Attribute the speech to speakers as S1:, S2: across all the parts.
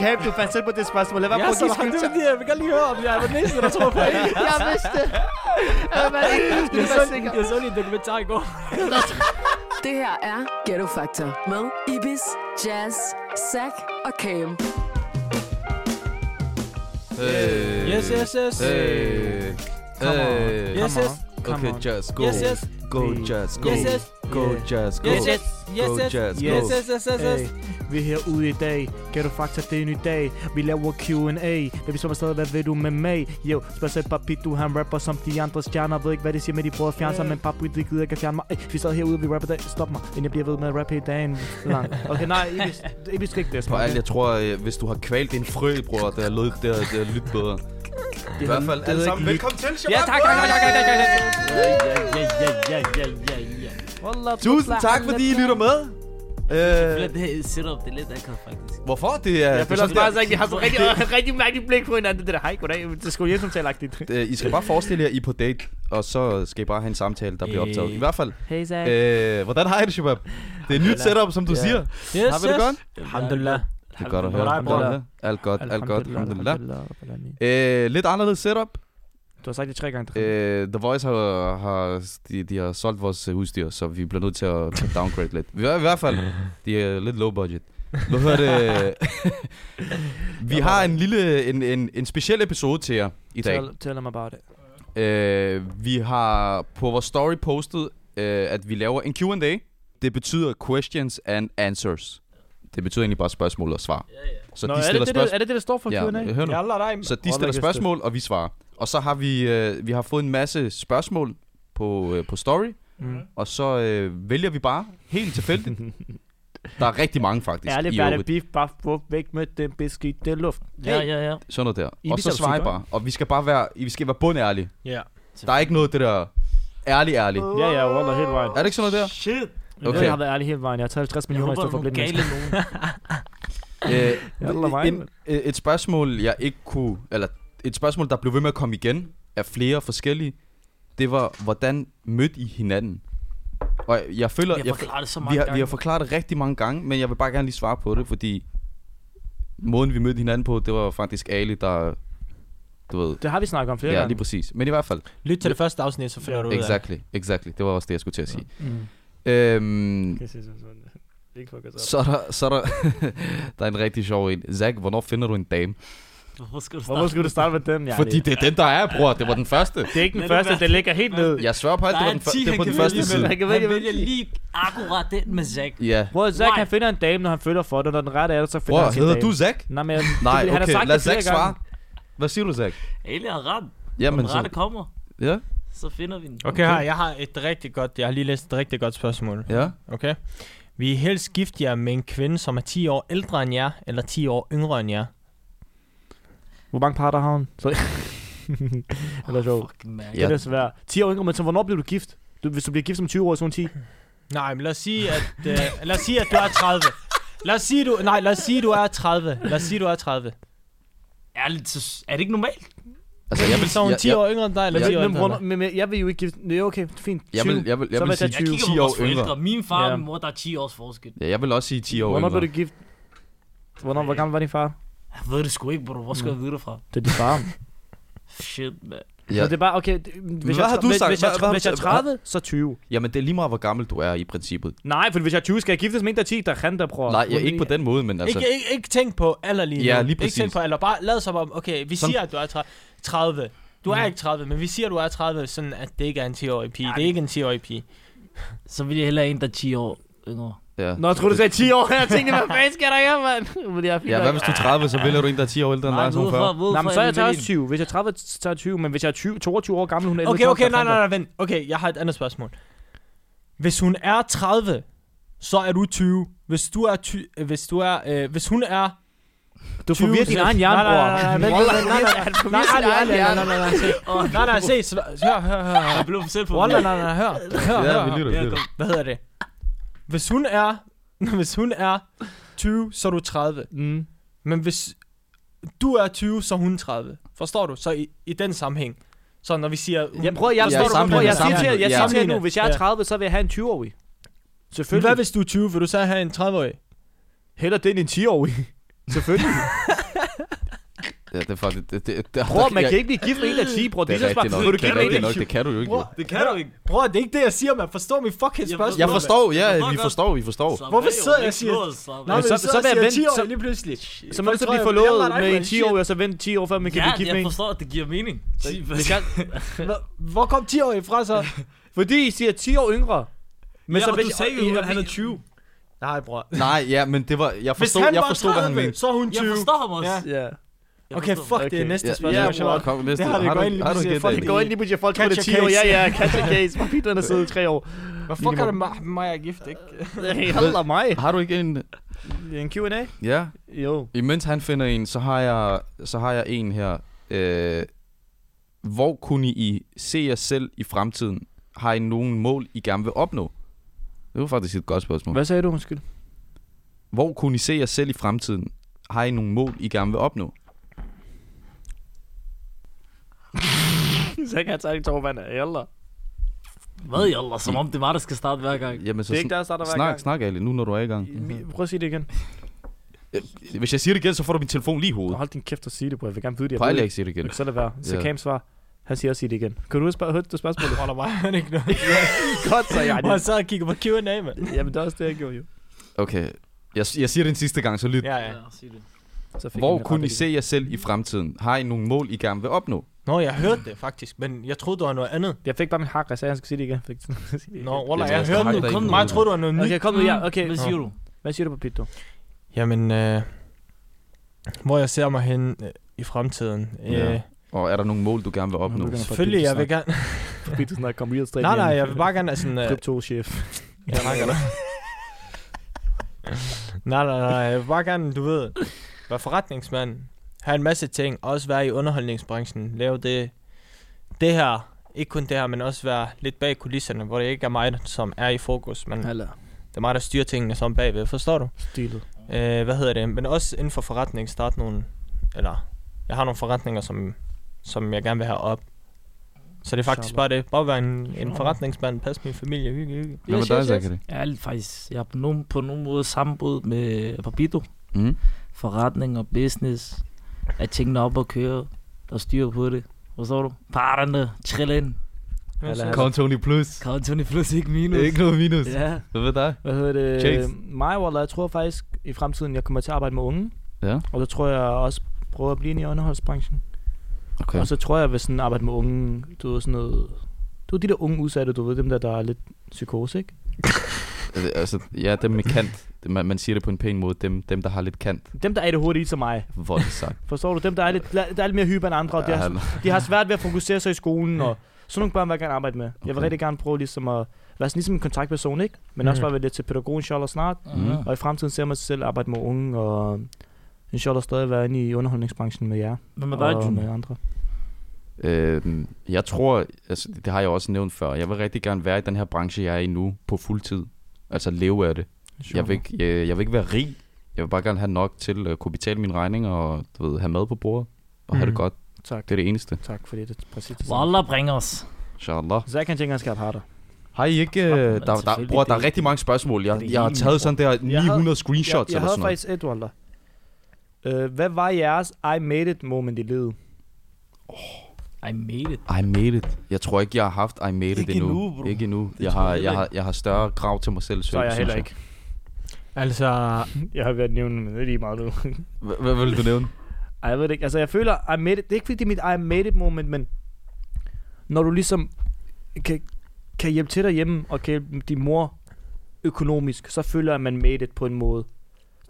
S1: Kæm, du fandt selv på det spørgsmål. Lad være
S2: Jeg
S1: på
S2: er
S1: at
S2: så
S1: give
S2: langt
S1: skyld.
S2: ud jeg vil gerne lige høre, om jeg var den eneste, der tror på det.
S3: Jeg vidste det. Jeg var ikke
S2: Jeg
S3: skulle
S2: så,
S3: være sikker.
S2: jeg så lige en dokumentar i går.
S4: Det her er Ghetto Factor med Ibis, Jazz, Zack og Cam.
S5: Hey.
S2: Yes, yes, yes.
S5: Hey.
S1: Come on.
S5: Hey.
S2: Yes, yes.
S1: Come
S5: Øh, Okay,
S1: on.
S5: just go.
S2: Yes, yes.
S5: Go,
S1: Hey.
S5: just go.
S2: Yes, yes.
S5: Go,
S1: Yeah.
S5: just go.
S2: Yes, yes. Yes,
S5: Go, just
S2: yes. Yes,
S5: go.
S2: yes, yes, yes, yes.
S1: Hey, vi er herude i dag. Kan du faktisk det er en ny dag? Vi laver Q&A. Det vi som stadig, hvad ved du med mig? Jo, spørg selv Papito, han rapper som de andre stjerner. Ved ikke, hvad de siger, men de prøver at fjerne sig, men Papi, det gider ikke at fjerne mig. Ey, vi sad herude, vi rapper dag. Stop mig, inden jeg bliver ved med at rappe hele dagen lang. Okay, nej, Ibis, Ibis skal ikke det.
S5: For alt, jeg tror, øh, hvis du har kvalt din frø, bror, der lød der, der lyt bedre. I hvert fald alle sammen. Velkommen til, Shabab.
S2: Ja, tak, tak, tak, tak, tak, tak, tak.
S5: Tusind tak, fordi I lytter med. Øh,
S6: Det her setup, det er lidt akavet, faktisk.
S5: hvorfor? Det er,
S1: Jeg
S5: det
S1: føler
S5: er
S1: også
S5: sådan
S1: bare, at vi har sådan rigtig, rigtig mærkeligt blik på hinanden. Det der, hej, goddag. Det skulle jeg som taler agtigt.
S5: der, øh, I skal bare forestille jer, I er på date, og så skal I bare have en samtale, der bliver optaget. I hvert fald,
S3: Hey, Zach.
S5: øh, hvordan har I det, Shabab? Det er et nyt setup, som du
S2: Ja.
S5: siger.
S2: Yes,
S5: Har vi det
S2: yes.
S5: godt?
S2: Alhamdulillah.
S5: Det er godt at
S2: Hvordan er
S5: høre.
S2: det, bror?
S5: Alhamdulillah. Alt godt, alt godt. Alhamdulillah.
S3: alhamdulillah.
S5: Øh, lidt anderledes setup.
S1: Du har sagt det tre gange.
S5: Øh, The Voice har, har, de, de har solgt vores øh, udstyr, så vi bliver nødt til at downgrade lidt. Vi er i hvert fald, de er lidt low budget. Hvad hedder det? vi har en lille, en, en, en speciel episode til jer i dag.
S1: Tell, tell them about it.
S5: Øh, vi har på vores story postet, øh, at vi laver en Q&A. Det betyder questions and answers. Det betyder egentlig bare spørgsmål og svar. Så
S1: Nå,
S5: de
S1: er,
S5: stiller
S1: det, det, det,
S5: spørgsmål.
S1: er det det, der står for
S5: Ja,
S1: Q&A?
S5: hør nu.
S2: Yalla, nej.
S5: Så de
S1: Roller
S5: stiller
S1: Gæste.
S5: spørgsmål, og vi svarer. Og så har vi, øh, vi har fået en masse spørgsmål på, øh, på story,
S1: Mm.
S5: og så øh, vælger vi bare helt tilfældigt. Der er rigtig mange faktisk
S1: Ærlig,
S5: i
S1: bærlig,
S5: øvrigt.
S1: beef, baf, buff, væk med den beskidte luft.
S6: Ja, ja, ja.
S5: Sådan noget der.
S1: I
S5: og
S1: viser
S5: så
S1: dig
S5: svarer I
S1: super.
S5: bare. Og vi skal bare være, vi skal være bundærlige.
S2: Ja.
S5: Der er ikke noget af det der ærlig, ærlig.
S1: Ja, ja, Wallah, hele vejen.
S5: Er det ikke sådan noget der?
S6: Shit.
S5: Okay.
S1: Okay. Jeg har været ærlig hele vejen. Jeg har taget 50
S6: Jeg
S1: millioner i
S6: håber,
S1: stedet
S6: der
S1: for
S6: er nogle
S1: blidt
S6: gale
S1: mennesker.
S6: nogen.
S1: Jalla
S5: Øh,
S1: mig,
S5: en,
S1: mand.
S5: øh, et spørgsmål, jeg ikke kunne... Eller et spørgsmål, der blev ved med at komme igen af flere forskellige, det var, hvordan mødte I hinanden? Og jeg, jeg føler...
S6: Jeg
S5: jeg-
S6: forklarer det så
S5: vi
S6: mange
S5: har,
S6: gange.
S5: vi har forklaret det rigtig mange gange, men jeg vil bare gerne lige svare på det, fordi måden vi mødte hinanden på, det var faktisk Ali, der, du ved,
S1: Det har vi snakket om flere
S5: ja,
S1: gange.
S5: lige præcis. Men i hvert fald,
S2: Lyt til det første afsnit, så finder du ud af. det.
S5: exactly, exactly, det var også det, jeg skulle til at sige.
S1: Mm.
S5: Øhm,
S1: Kan jeg sige sådan?
S6: øh,
S1: Ikke fucker
S5: så er der, så er der, der er en rigtig sjov en. Zach, hvornår finder du en dame?
S6: Hvorfor skal du
S1: Hvorfor
S6: starte?
S1: skulle du starte med den, Jarli?
S5: Fordi det er den, der er, bror. Det var den første.
S1: det er ikke den
S6: Lad det
S1: første,
S6: være.
S1: den ligger helt ned.
S5: Jeg sværger på alt, det
S6: Der
S5: var
S6: er
S5: den, før-
S6: ti,
S5: det
S6: han
S5: var den
S6: kan
S5: første
S6: vælge
S5: side.
S1: Han kan
S6: Han
S1: vælge, hvem-
S6: vælger lige akkurat den med Zack.
S5: Ja.
S1: Bror, Zach,
S6: Nej.
S1: han finder en dame, når han føler for det. Når den rette er det, så finder
S5: Bror,
S1: han sin
S5: hedder
S1: dame.
S5: du Zach?
S1: Nej, men
S5: Nej,
S1: det- han har
S5: okay,
S1: sagt
S5: lad
S1: det
S5: Zach
S1: flere gange.
S5: svare. Hvad siger du, Zach?
S6: Ali har ret.
S5: Jamen,
S6: Når den rette
S5: så,
S6: kommer,
S5: ja,
S6: så finder vi den.
S2: Okay, her, jeg har et rigtig godt, jeg har lige læst et rigtig godt spørgsmål.
S5: ja.
S2: Okay. Vi er helst gift jer med en kvinde, som er 10 år ældre end jer, eller 10 år yngre end jer.
S1: Hvor mange parter har hun? Så... det er sjovt.
S6: Fucking mærke.
S1: Det er svært. 10 år yngre, men så hvornår bliver du gift? Du, hvis du bliver gift som 20 år, så er hun 10.
S2: Nej, men lad os sige, at, øh, lad os sige, at du er 30. Lad os sige, du, nej, lad os sige, du er 30. Lad os sige, du er 30.
S6: Ærligt, så er det ikke normalt?
S5: Altså, jeg vil,
S2: Så er hun
S5: jeg-
S2: 10
S5: jeg-
S2: år yngre end dig, eller
S1: Jeg,
S2: 10 år
S1: jeg,
S2: ældre end dig?
S1: men, men jeg vil jo ikke gift... Det er okay, fint. 20.
S5: Jeg vil, jeg vil, jeg
S1: Så vil
S5: vil
S1: jeg
S5: sige
S1: tage
S6: Jeg kigger
S5: 10
S6: på
S5: år
S6: vores
S5: yngre.
S6: forældre. Min far
S1: Ja.
S6: og min mor, der er 10 års forskel.
S5: Ja, jeg vil også sige 10 år
S1: Hvornår
S5: yngre.
S1: blev du gift? Hvornår, hvor gammel var din far?
S6: Jeg ved det sgu ikke, bro. Hvor skal jeg vide det fra?
S1: Det er din far.
S6: Shit, mand.
S1: Ja.
S5: Ja,
S1: Så det er bare, okay, det- hvis,
S5: hvad
S1: jeg,
S5: har du
S1: hvis,
S5: sagt?
S1: hvis, jeg,
S5: Hvad- hvad har
S1: hvis
S5: du
S1: jeg er
S5: sagt?
S1: 30, så 20.
S5: jamen, det er lige meget, hvor gammel du er i princippet.
S1: Nej, for hvis jeg er 20, skal jeg giftes med en, der er 10, der kan der, bror.
S5: Nej, jeg, ikke på den måde, men altså...
S2: Ikke, ikke, ikke tænk på alder lige nu.
S5: Ja, lige præcis.
S2: Ikke tænk på alder. Bare lad som om, okay, vi
S5: Sådan-
S2: siger, at du er tre- 30. Du
S5: Mm.
S2: er ikke 30, men vi siger, at du er 30, sådan at det ikke er en 10-årig pige. Det er ikke en 10-årig pige.
S6: Så vil jeg hellere have en, der er 10 år yngre.
S5: Ja.
S1: Nå, jeg troede, du sagde 10 år, jeg tænkte, hvad fanden skal der her, mand? Men jeg er fint
S5: ja,
S1: nok.
S5: hvad hvis du er 30, så vælger du en, der er 10 år ældre end dig, som
S6: hvorfor?
S5: 40.
S6: Hvorfor
S1: Nej, men så er jeg
S6: det
S1: også
S6: vildt?
S1: 20. Hvis jeg er 30, så er jeg 20, men hvis jeg er 20, 22 år gammel, hun er 11,
S2: Okay,
S1: så er
S2: okay,
S1: hun
S2: nej,
S1: der
S2: nej, nej, vent. Okay, jeg har et andet spørgsmål. Hvis hun er 30, så er du 20. Hvis du er 20, øh, hvis du er, øh, hvis hun er
S1: fandme. Du forvirrer din egen hjerne,
S2: Nej,
S1: bror.
S2: nej, nej, nej, vent, vent, nej, nej, nej, nej, nej, nej, nej, nej, nej, nej, se. nej, nej, se, så- hør, hør, hør, hør.
S6: Jeg blev selv på
S2: Wallah, nej, nej, hør, hør,
S5: Ja, vi
S2: hør, hør.
S5: lytter, vi lytter.
S2: Hvad hedder det? Hvis hun er, hvis hun er 20, så er du 30.
S1: Mm.
S2: Men hvis du er 20, så er hun 30. Forstår du? Så i, i den sammenhæng. Så når vi siger... Hun,
S1: Jeg prøver, jeg,
S5: Ja,
S1: jeg, jeg,
S5: sammenligner,
S1: jeg, jeg siger til jer- jeg
S5: sammenligner.
S1: siger til jer nu,
S2: Ja.
S1: hvis jeg er 30, så vil jeg have en 20-årig.
S2: Men
S1: Selvfølgelig.
S2: Hvad hvis du er 20? Vil du så have en 30-årig?
S1: Heller det end en 10-årig. Selvfølgelig.
S5: Ja, det er faktisk... Det, det, det,
S1: Bror, man
S5: jeg-
S1: kan ikke blive gift med en af 10, bror. Det,
S5: Det
S1: er
S5: er
S1: så smart.
S5: rigtigt nok.
S1: Vil du
S5: Det
S1: give
S5: er
S1: mig en
S5: rigtigt
S1: af
S5: nok.
S1: 10?
S5: Det kan du jo ikke.
S2: Bror, det kan du ikke. Bror, det er ikke det, jeg siger, man. Forstår min fucking
S6: Jeg
S2: spørgsmål.
S5: Jeg forstår, ja,
S6: Hvorfor
S5: vi
S6: gør
S5: forstår, vi forstår.
S2: Hvorfor sidder jeg og siger- Nå, men
S1: så-
S2: så,
S1: så
S2: så,
S1: vil jeg
S2: jeg
S1: vente,
S2: vente.
S1: så-
S2: Så lige pludselig.
S1: Så man
S2: Folk
S1: så
S2: tror,
S1: blive
S2: jeg-
S1: forlovet
S2: jeg var dig
S1: med
S2: for
S1: en
S2: en
S1: 10 år, og så vente 10 år, før man kan
S6: Ja,
S1: blive gift med
S6: jeg
S1: en.
S6: forstår, at det giver mening. Sig-
S1: Hvis jeg-
S2: Hvor- Hvor kom 10 år fra så?
S1: Fordi I siger 10 år yngre.
S2: Men
S1: så
S2: og
S1: vil
S2: du
S1: jeg-
S2: sagde jo,
S1: I-
S2: at han
S1: I-
S2: er 20. Nej, bror.
S5: Nej, ja, men det var... Jeg
S2: Hvis
S5: forstod,
S2: han
S5: jeg
S2: var
S5: forstod hvad han
S2: 30,
S5: mente.
S2: så er hun 20.
S6: Jeg forstår ham også.
S2: Ja.
S1: Ja.
S6: Jeg
S2: Okay,
S6: forstår.
S2: fuck, det er
S1: Okay.
S2: næste
S5: Ja,
S1: Ja,
S2: spørgsmål.
S1: bror.
S2: Shabab.
S5: Kom, næste.
S2: Det har det
S5: du-
S2: godt lige
S5: har du
S2: pludsigt.
S5: en
S2: Fuck,
S5: gæt?
S2: det
S1: Gå ind lige på, at folk tror, det er
S2: Catch a
S1: 10 år.
S2: case.
S1: Ja, ja, catch a case. Hvor fint, den har siddet i 3 år.
S2: Hvorfor gør det mig, mig er gift, ikke?
S1: Heller mig.
S5: Har du ikke en...
S1: En Q&A?
S5: Ja.
S1: Jo.
S5: Imens han finder en, så har jeg, så har jeg en her. Øh, hvor kunne I se jer selv i fremtiden? Har I nogen mål, I gerne vil opnå? Det var faktisk et godt spørgsmål.
S1: Hvad sagde du, undskyld?
S5: Hvor kunne I se jer selv i fremtiden? Har I nogle mål, I gerne vil opnå?
S1: Så kan jeg tage en tårvand af eller.
S6: Hvad i Allah, som om det var, der skal starte hver gang.
S5: Jamen, så
S1: Det er ikke der,
S5: sn-
S1: der starter hver
S5: snak,
S1: gang.
S5: snak Ali, nu når du er i gang.
S1: Mi- Prøv at sige det igen.
S5: Øh, Hvis jeg siger det igen, så får du min telefon lige i
S1: Og
S5: hovedet.
S1: hold din kæft og sige det, bror. Jeg vil gerne vide det.
S5: Prøv
S1: Jeg
S5: lige
S1: ved
S5: ikke sige det igen.
S1: ikke. Så lad være. Så
S5: Ja.
S1: Cam svar. Han siger også sige det igen. Kan du huske spørg- hørte du spørgsmålet?
S2: Holder mig, han ikke noget.
S1: Godt, så jeg.
S2: Hvor jeg sad og kiggede på Q&A, mand.
S1: Jamen, det er også det, jeg gjorde jo.
S5: Okay, jeg, jeg siger det en sidste gang, så lyt.
S2: Ja, ja.
S6: sig det.
S1: Så fik
S5: Hvor
S1: jeg
S5: kunne I
S1: ret
S5: se jer selv i fremtiden? Har I nogle mål, I gerne vil opnå?
S2: Nå, jeg hørte det faktisk, men jeg troede, det var noget andet.
S1: alligevel. Jeg fik bare min hak, og jeg sagde, at jeg skulle sige det igen. Jeg Fik sige det igen.
S2: Nå, Walla,
S5: tror,
S2: jeg
S5: jeg
S2: hørte
S5: har
S2: det.
S5: der ikke
S2: Kom nu.
S5: noget.
S2: Mig troede, det var noget nyt.
S1: Okay, kom nu, ja. Okay.
S6: Hvad siger du?
S1: Hvad siger du på Pito?
S2: Jamen, øh, hvor jeg ser mig hen øh, i fremtiden.
S5: Ja.
S2: Øh,
S5: Og er der nogle mål, du gerne vil opnå?
S1: begynder-
S2: selvfølgelig, jeg vil gerne...
S1: Pito snakker kom real straight.
S2: Nej, nej, jeg vil bare gerne have sådan... Øh,
S1: Krypto-chef.
S2: jeg snakker dig. Nej, nej, nej, jeg vil bare gerne, du ved, være forretningsmand. Have en masse ting, også være i underholdningsbranchen. Lave det, det her, ikke kun det her, men også være lidt bag kulisserne, hvor det ikke er mig, som er i fokus, men
S5: Mm.
S1: Eller
S2: det er mig, der styrer tingene som bagved, forstår du?
S1: stilet.
S2: øh, hvad hedder det, men også inden for forretning starte nogle, eller jeg har nogle forretninger, som, som jeg gerne vil have op. Så det er faktisk bare det. Bare være en, en forretningsmand, passe min familie, hygge, hygge.
S5: Hvad med dig, Zachary?
S6: Jeg er lidt faktisk, jeg er på nogen, på nogen måde samme båd med Papito.
S5: Mm.
S6: Forretning og business. At tingene er op og køre. Der er styr på det. Forstår du? Parterne, trill ind.
S1: Eller-
S5: Kontoen i plus.
S6: Countdown plus, ikke minus.
S5: noget minus.
S6: Ja.
S5: Hvad ved dig?
S1: Hvad hedder det?
S5: Chase.
S1: Mig, Walla, jeg tror faktisk, i fremtiden, jeg kommer til at arbejde med unge.
S5: Ja.
S1: Og så tror jeg også, prøver at blive inde i underholdsbranchen.
S5: Okay.
S1: Og så tror jeg, jeg vil sådan arbejde med unge, du ved, sådan noget... Du ved, de der unge udsatte, du ved, dem der, der er lidt psykose, ikke?
S5: Altså, altså, ja, dem med kant. Det- Man, man siger det på en pæn måde. Dem, dem der har lidt kant.
S1: Dem, der er det hurtigt som mig.
S5: Voldt sagt. Altså,
S1: Forstår du? Dem, der er lidt, der er lidt mere hyper end andre, og de,
S5: Ja,
S1: har, de har svært ved at fokusere sig i skolen, og sådan nogle børn vil jeg gerne arbejde med. Jeg vil
S5: Okay.
S1: rigtig gerne prøve ligesom at være sådan ligesom en kontaktperson, ikke? Men også
S2: Mhm.
S1: bare være lidt til pædagogen, inshallah, snart.
S5: Mm.
S1: Og i fremtiden ser man sig selv arbejde med unge, og inshallah stadig være inde i underholdningsbranchen med jer
S6: Hvad med dig,
S1: og med
S6: Junior?
S1: andre.
S5: øhm, jeg tror, altså, det har jeg også nævnt før. Jeg vil rigtig gerne være i den her branche, jeg er i nu på fuld tid. Altså leve af det. Jeg vil, ikke, øh, jeg, jeg vil ikke være rig. Jeg vil bare gerne have nok til at kunne betale mine regninger og du ved, have mad på bordet og have
S2: Mm.
S5: det godt.
S1: Tak.
S5: Det er det eneste.
S1: Tak for det. Det er præcis det samme.
S6: Wallah bringer os.
S5: Inshallah.
S1: Så jeg kan tænke, at han skal have parter.
S5: Har I ikke... øh, Der, der, der,
S6: selvfølgelig,
S5: bror, der er
S6: det-
S5: rigtig mange spørgsmål. Jeg,
S6: det er
S5: jeg har
S6: helt
S5: taget
S6: vildt,
S5: sådan der
S1: Jeg havde-
S5: 900 screenshots
S1: jeg, jeg
S5: eller
S1: havde
S5: sådan noget.
S1: faktisk et, Walter. Øh, hvad var jeres I made it moment i livet?
S6: I made it.
S5: I made it. Jeg tror ikke, jeg har haft I made it
S6: Ikke
S5: endnu.
S6: endnu, bro.
S5: Ikke endnu.
S6: Det
S5: Jeg
S6: tror jeg
S5: har,
S6: heller
S5: jeg, har, jeg har større krav til mig selv.
S1: Så er jeg heller ikke.
S2: Altså,
S1: Jeg har været nævnt med det lige meget nu.
S5: Hvad vil du nævne?
S1: Ej, jeg ved det ikke. Altså, jeg føler, I made it. Det er ikke, fordi det er mit I made it moment, men når du ligesom kan, kan hjælpe til derhjemme, og kan hjælpe din mor økonomisk, så føler jeg, at man made it på en måde.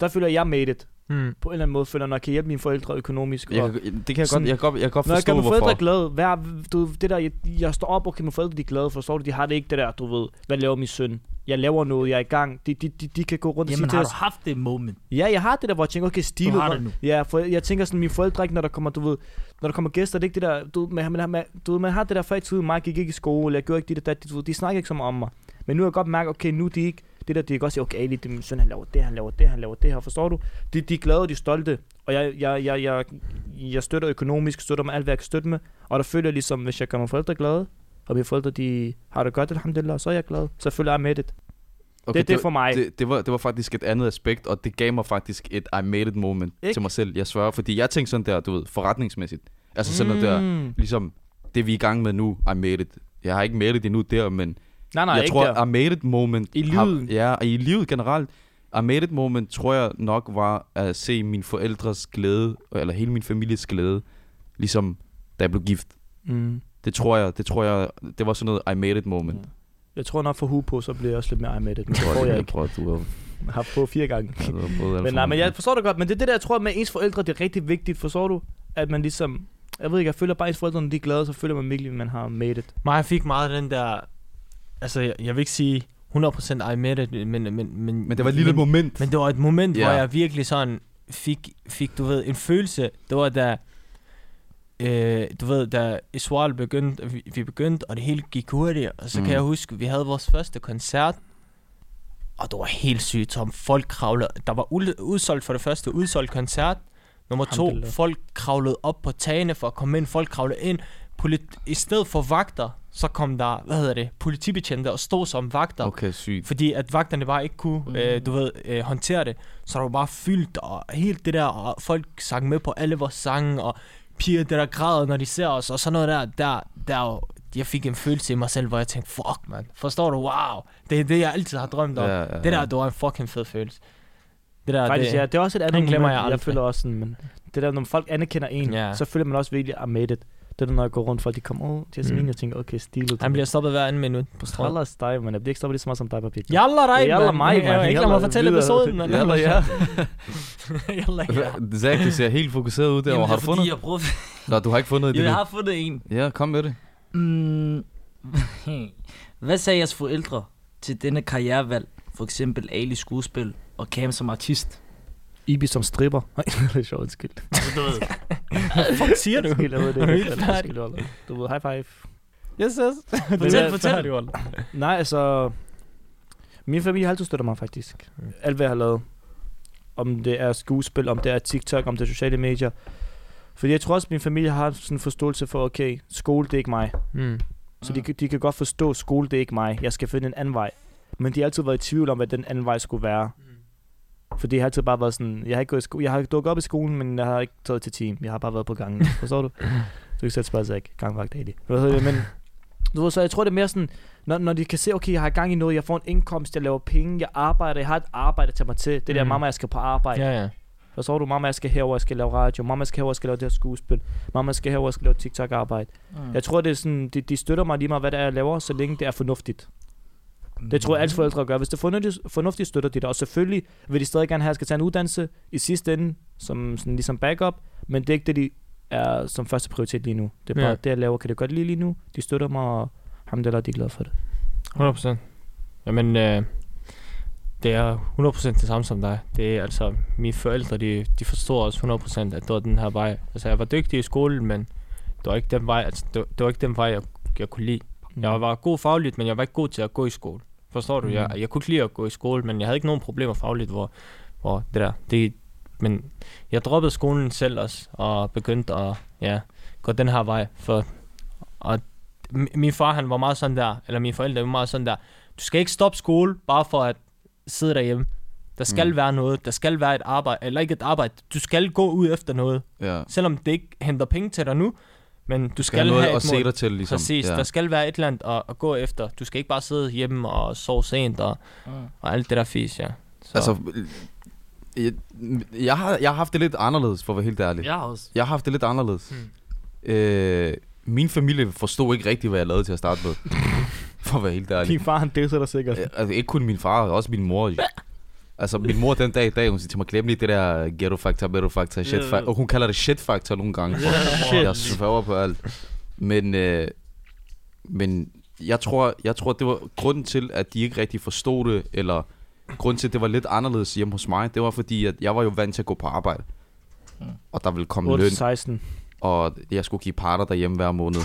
S1: Der føler jeg, jeg made it.
S2: mm,
S1: På en eller anden måde føler jeg, når jeg kan hjælpe mine forældre økonomisk.
S5: Jeg
S1: og-
S5: kan, det kan jeg
S1: Sådan-
S5: godt, jeg kan godt, jeg kan godt
S1: Når jeg
S5: forstå,
S1: gør mine
S5: hvorfor.
S1: forældre glade, hver, du, ved, det der, jeg, jeg står op, okay, mine forældre de er glade, forstår du, de har det ikke det der, du ved, hvad laver min søn? Jeg laver noget, jeg er i gang, de, de, de, de kan gå rundt og
S6: Jamen
S1: sige
S6: har
S1: til
S6: du
S1: os.
S6: haft det moment?
S1: Ja, jeg har det der, hvor jeg tænker, okay, stilet.
S6: Du har
S1: hvor-
S6: det nu.
S1: Ja, for jeg tænker sådan, mine forældre ikke, når der kommer, du ved, når der kommer gæster, det er ikke det der, du, ved, man, man, man, du ved, man har det der før i tiden, mig gik ikke i skole, jeg gjorde ikke det der, du ved, de snakker ikke så meget om mig. Men nu har jeg godt mærket, okay, nu er de ikke, det der, de kan godt sige, okay, Ali, det er min søn, han laver det, han laver det, han laver det her, forstår du? De, de er glade, og de er stolte, og jeg, jeg, jeg, jeg, jeg støtter økonomisk, støtter med alt, hvad jeg kan støtte med, og der føler jeg ligesom, hvis jeg gør mine forældre glade, og mine forældre, de har det godt, alhamdulillah, så er jeg glad, så føler jeg med det. Okay, det, det er for mig. Det,
S5: Det, det, var, det var faktisk et andet aspekt, og det gav mig faktisk et I made it moment
S1: Ikke?
S5: Ikke? til mig selv, jeg sværger. Fordi jeg tænkte sådan der, du ved, forretningsmæssigt. Altså sådan noget
S1: Mm.
S5: der, ligesom det vi er i gang med nu, I made it. Jeg har ikke made it endnu der, men
S1: Nej, nej,
S5: jeg
S1: ikke
S5: tror,
S1: der.
S5: I made it moment...
S1: I livet.
S5: Har, ja, og i livet generelt. I made it moment, tror jeg nok var at se min forældres glæde, eller hele min families glæde, ligesom da jeg blev gift.
S1: Mm.
S5: Det tror jeg, det tror jeg, det var sådan noget I made it moment.
S6: Ja.
S1: Jeg tror nok for hue på, så bliver jeg også lidt mere ej med det. Men
S5: Jeg
S1: det
S5: tror,
S1: får jeg
S5: jeg, jeg
S1: ikke.
S5: tror, du har,
S1: Jeg har på fire gange.
S5: du har prøvet
S1: Men
S5: alt for
S1: nej,
S5: meget.
S1: men jeg forstår det godt. Men det er det der, jeg tror med ens forældre, det er rigtig vigtigt. Forstår du? At man ligesom... Jeg ved ikke, jeg føler bare, at ens forældre, når de er glade, så føler man virkelig, at man har made it.
S2: Mig fik meget af den der... Altså, jeg, jeg vil ikke sige 100% I made it, men... Men, men,
S5: Men det var et lille
S2: men,
S5: moment.
S2: Men det var et moment, yeah. hvor
S5: Ja.
S2: jeg virkelig sådan fik, fik, du ved, en følelse. Det var da, øh, du ved, da Israel begyndte, vi, vi begyndte, og det hele gik hurtigt. Og så mm.
S5: Mm.
S2: kan jeg huske, vi havde vores første koncert, og det var helt sygt, Tom. Folk kravlede, der var ud, udsolgt for det første, udsolgt koncert. Nummer to,
S1: Alhamdulillah.
S2: folk kravlede op på tagene for at komme ind. Folk kravlede ind. Polit- I stedet for vagter, så kom der, hvad hedder det, politibetjente og stod som vagter.
S5: Okay, sygt.
S2: Fordi at vagterne bare ikke kunne, mm. øh, du ved, øh, håndtere det. Så der var bare fyldt og helt det der, og folk sang med på alle vores sange, og piger det der græder, når de ser os, og sådan noget der, der, der er jo, jeg fik en følelse i mig selv, hvor jeg tænkte, fuck man, forstår du, wow, det er det, jeg altid har drømt om.
S5: Ja,
S2: Ja,
S5: ja,
S2: Det
S5: ja.
S2: der, det var en fucking fed følelse. Det der,
S1: Faktisk,
S2: det,
S1: ja, det er også et andet
S2: den glemmer
S1: moment,
S2: jeg
S1: jeg,
S2: aldrig.
S1: føler også sådan, men det der, når folk anerkender en,
S2: Ja.
S1: så føler man også virkelig, at I made it. Det er når jeg går rundt, folk de kommer, åh, oh, Jasmine, mm. jeg tænker, okay, stilet.
S2: han bliver stoppet hver anden minut på strøm.
S1: Trallers dig, men jeg bliver ikke stoppet lige så meget som dig, papir.
S2: Jalla dig,
S1: Ja, jalla mig,
S2: Jeg
S1: mand.
S2: kan ikke lade
S1: Jalla
S2: mig fortælle
S1: videre.
S2: episoden, mand.
S5: Jalla, ja.
S2: Jalla, ja.
S5: Zach, du ser helt fokuseret ud derovre. Har du fundet?
S6: Jeg, prøvede,
S5: Nå, du har ikke fundet det
S6: jo, jeg
S5: endnu.
S6: har fundet en.
S5: Ja, kom med det.
S6: Mm. Hvad sagde jeres forældre til denne karrierevalg? For eksempel Ali skuespil og Cam som artist.
S1: Ibi som stripper. Nej, det er sjovt, undskyld.
S2: Fuck siger du?
S1: Undskyld, jeg ved det
S2: Er du
S1: ikke.
S2: helt
S1: Undskyld,
S2: færdig?
S1: Oliver. Du ved, high five.
S2: Yes, yes.
S1: er-
S2: Fortæl, fortæl.
S1: Nej, altså... Min familie har altid støttet mig, faktisk. Alt, hvad jeg har lavet. Om det er skuespil, om det er TikTok, om det er sociale medier. Fordi jeg tror også, at min familie har sådan en forståelse for, okay, skole, det er ikke mig.
S2: Mm.
S1: Så de, de kan godt forstå, at skole det er ikke mig. Jeg skal finde en anden vej. Men de har altid været i tvivl om, hvad den anden vej skulle være.
S2: Mm.
S1: For det har altid bare været sådan, jeg har ikke gået i sko- jeg har dukket op i skolen, men jeg har ikke taget til team. Jeg har bare været på gangen. Forstår du? du kan sætte spørgsmål, så ikke gangvagt Ali. Hvad hedder det? Men du ved, så jeg tror, det er mere sådan, når, når de kan se, okay, jeg har gang i noget, jeg får en indkomst, jeg laver penge, jeg arbejder, jeg har et arbejde til mig til. Det der,
S2: Mm.
S1: mamma, jeg skal på arbejde.
S2: Ja, ja.
S1: Og så du, mamma, jeg skal herover, jeg skal lave radio. Mamma, jeg skal herover, jeg skal lave det her skuespil. Mamma, jeg skal herover, jeg skal lave TikTok-arbejde. Mm. Jeg tror, det er sådan, de, de støtter mig lige meget, hvad det er, jeg laver, så længe det er fornuftigt. Det tror jeg,
S6: Mm.
S1: alle forældre gør. Hvis det er fornuftigt, fornuftigt støtter de dig. Og selvfølgelig vil de stadig gerne have, at jeg skal tage en uddannelse i sidste ende, som sådan ligesom backup. Men det er ikke det, de er som første prioritet lige nu. Det er bare
S2: Ja.
S1: det, jeg laver. Kan det godt lide lige nu? De støtter mig, og ham der de er glade for det.
S2: 100%. Jamen, øh, det er 100% det samme som dig. Det er altså, mine forældre, de, de forstår også 100%, at det var den her vej. Altså, jeg var dygtig i skolen, men det var ikke den vej, altså, det, det var ikke den vej jeg, jeg kunne lide.
S1: Mm.
S2: Jeg var god fagligt, men jeg var ikke god til at gå i skole. Forstår du?
S5: Mm.
S2: Jeg, jeg kunne ikke lide at gå i skole, men jeg havde ikke nogen problemer fagligt, hvor, hvor det der... Det, men jeg droppede skolen selv også, og begyndte at ja, gå den her vej. For, og m- min far, han var meget sådan der, eller mine forældre var meget sådan der, du skal ikke stoppe skole, bare for at sidde derhjemme. Der skal mm.
S5: Mm.
S2: være noget, der skal være et arbejde, eller ikke et arbejde, du skal gå ud efter noget.
S5: Ja.
S2: Selvom det ikke henter penge til dig nu, men du
S5: Skal have
S2: skal
S5: noget
S2: have
S5: at
S2: et mål.
S5: se dig til, ligesom.
S2: Præcis, ja.
S5: Ja.
S2: der skal være et eller andet at, at gå efter. Du skal ikke bare sidde hjemme og sove sent og,
S6: Mm.
S2: og alt det der fis, ja. Så.
S5: Altså, øh, jeg, jeg, har, jeg har haft det lidt anderledes, for at være helt ærlig.
S6: Jeg har også. Hmm.
S5: Jeg har haft det lidt anderledes. Mm. Øh, min familie forstod ikke rigtigt, hvad jeg lavede til at starte med. for at være helt ærlig.
S1: Din far, han disser dig sikkert.
S5: Øh, Altså, ikke kun min far, også min mor. jo. Altså, min mor den dag i dag, hun siger til mig, glem lige det der ghetto factor, ghetto factor, shit factor. Og hun kalder det shit factor nogle gange. Yeah, jeg sværger på alt. Men, øh, men jeg tror, jeg tror, det var grunden til, at de ikke rigtig forstod det, eller grunden til, at det var lidt anderledes hjemme hos mig, det var fordi, at jeg var jo vant til at gå på arbejde. Og der ville komme løn
S1: 8-16.
S5: og jeg skulle give parter derhjemme hver måned.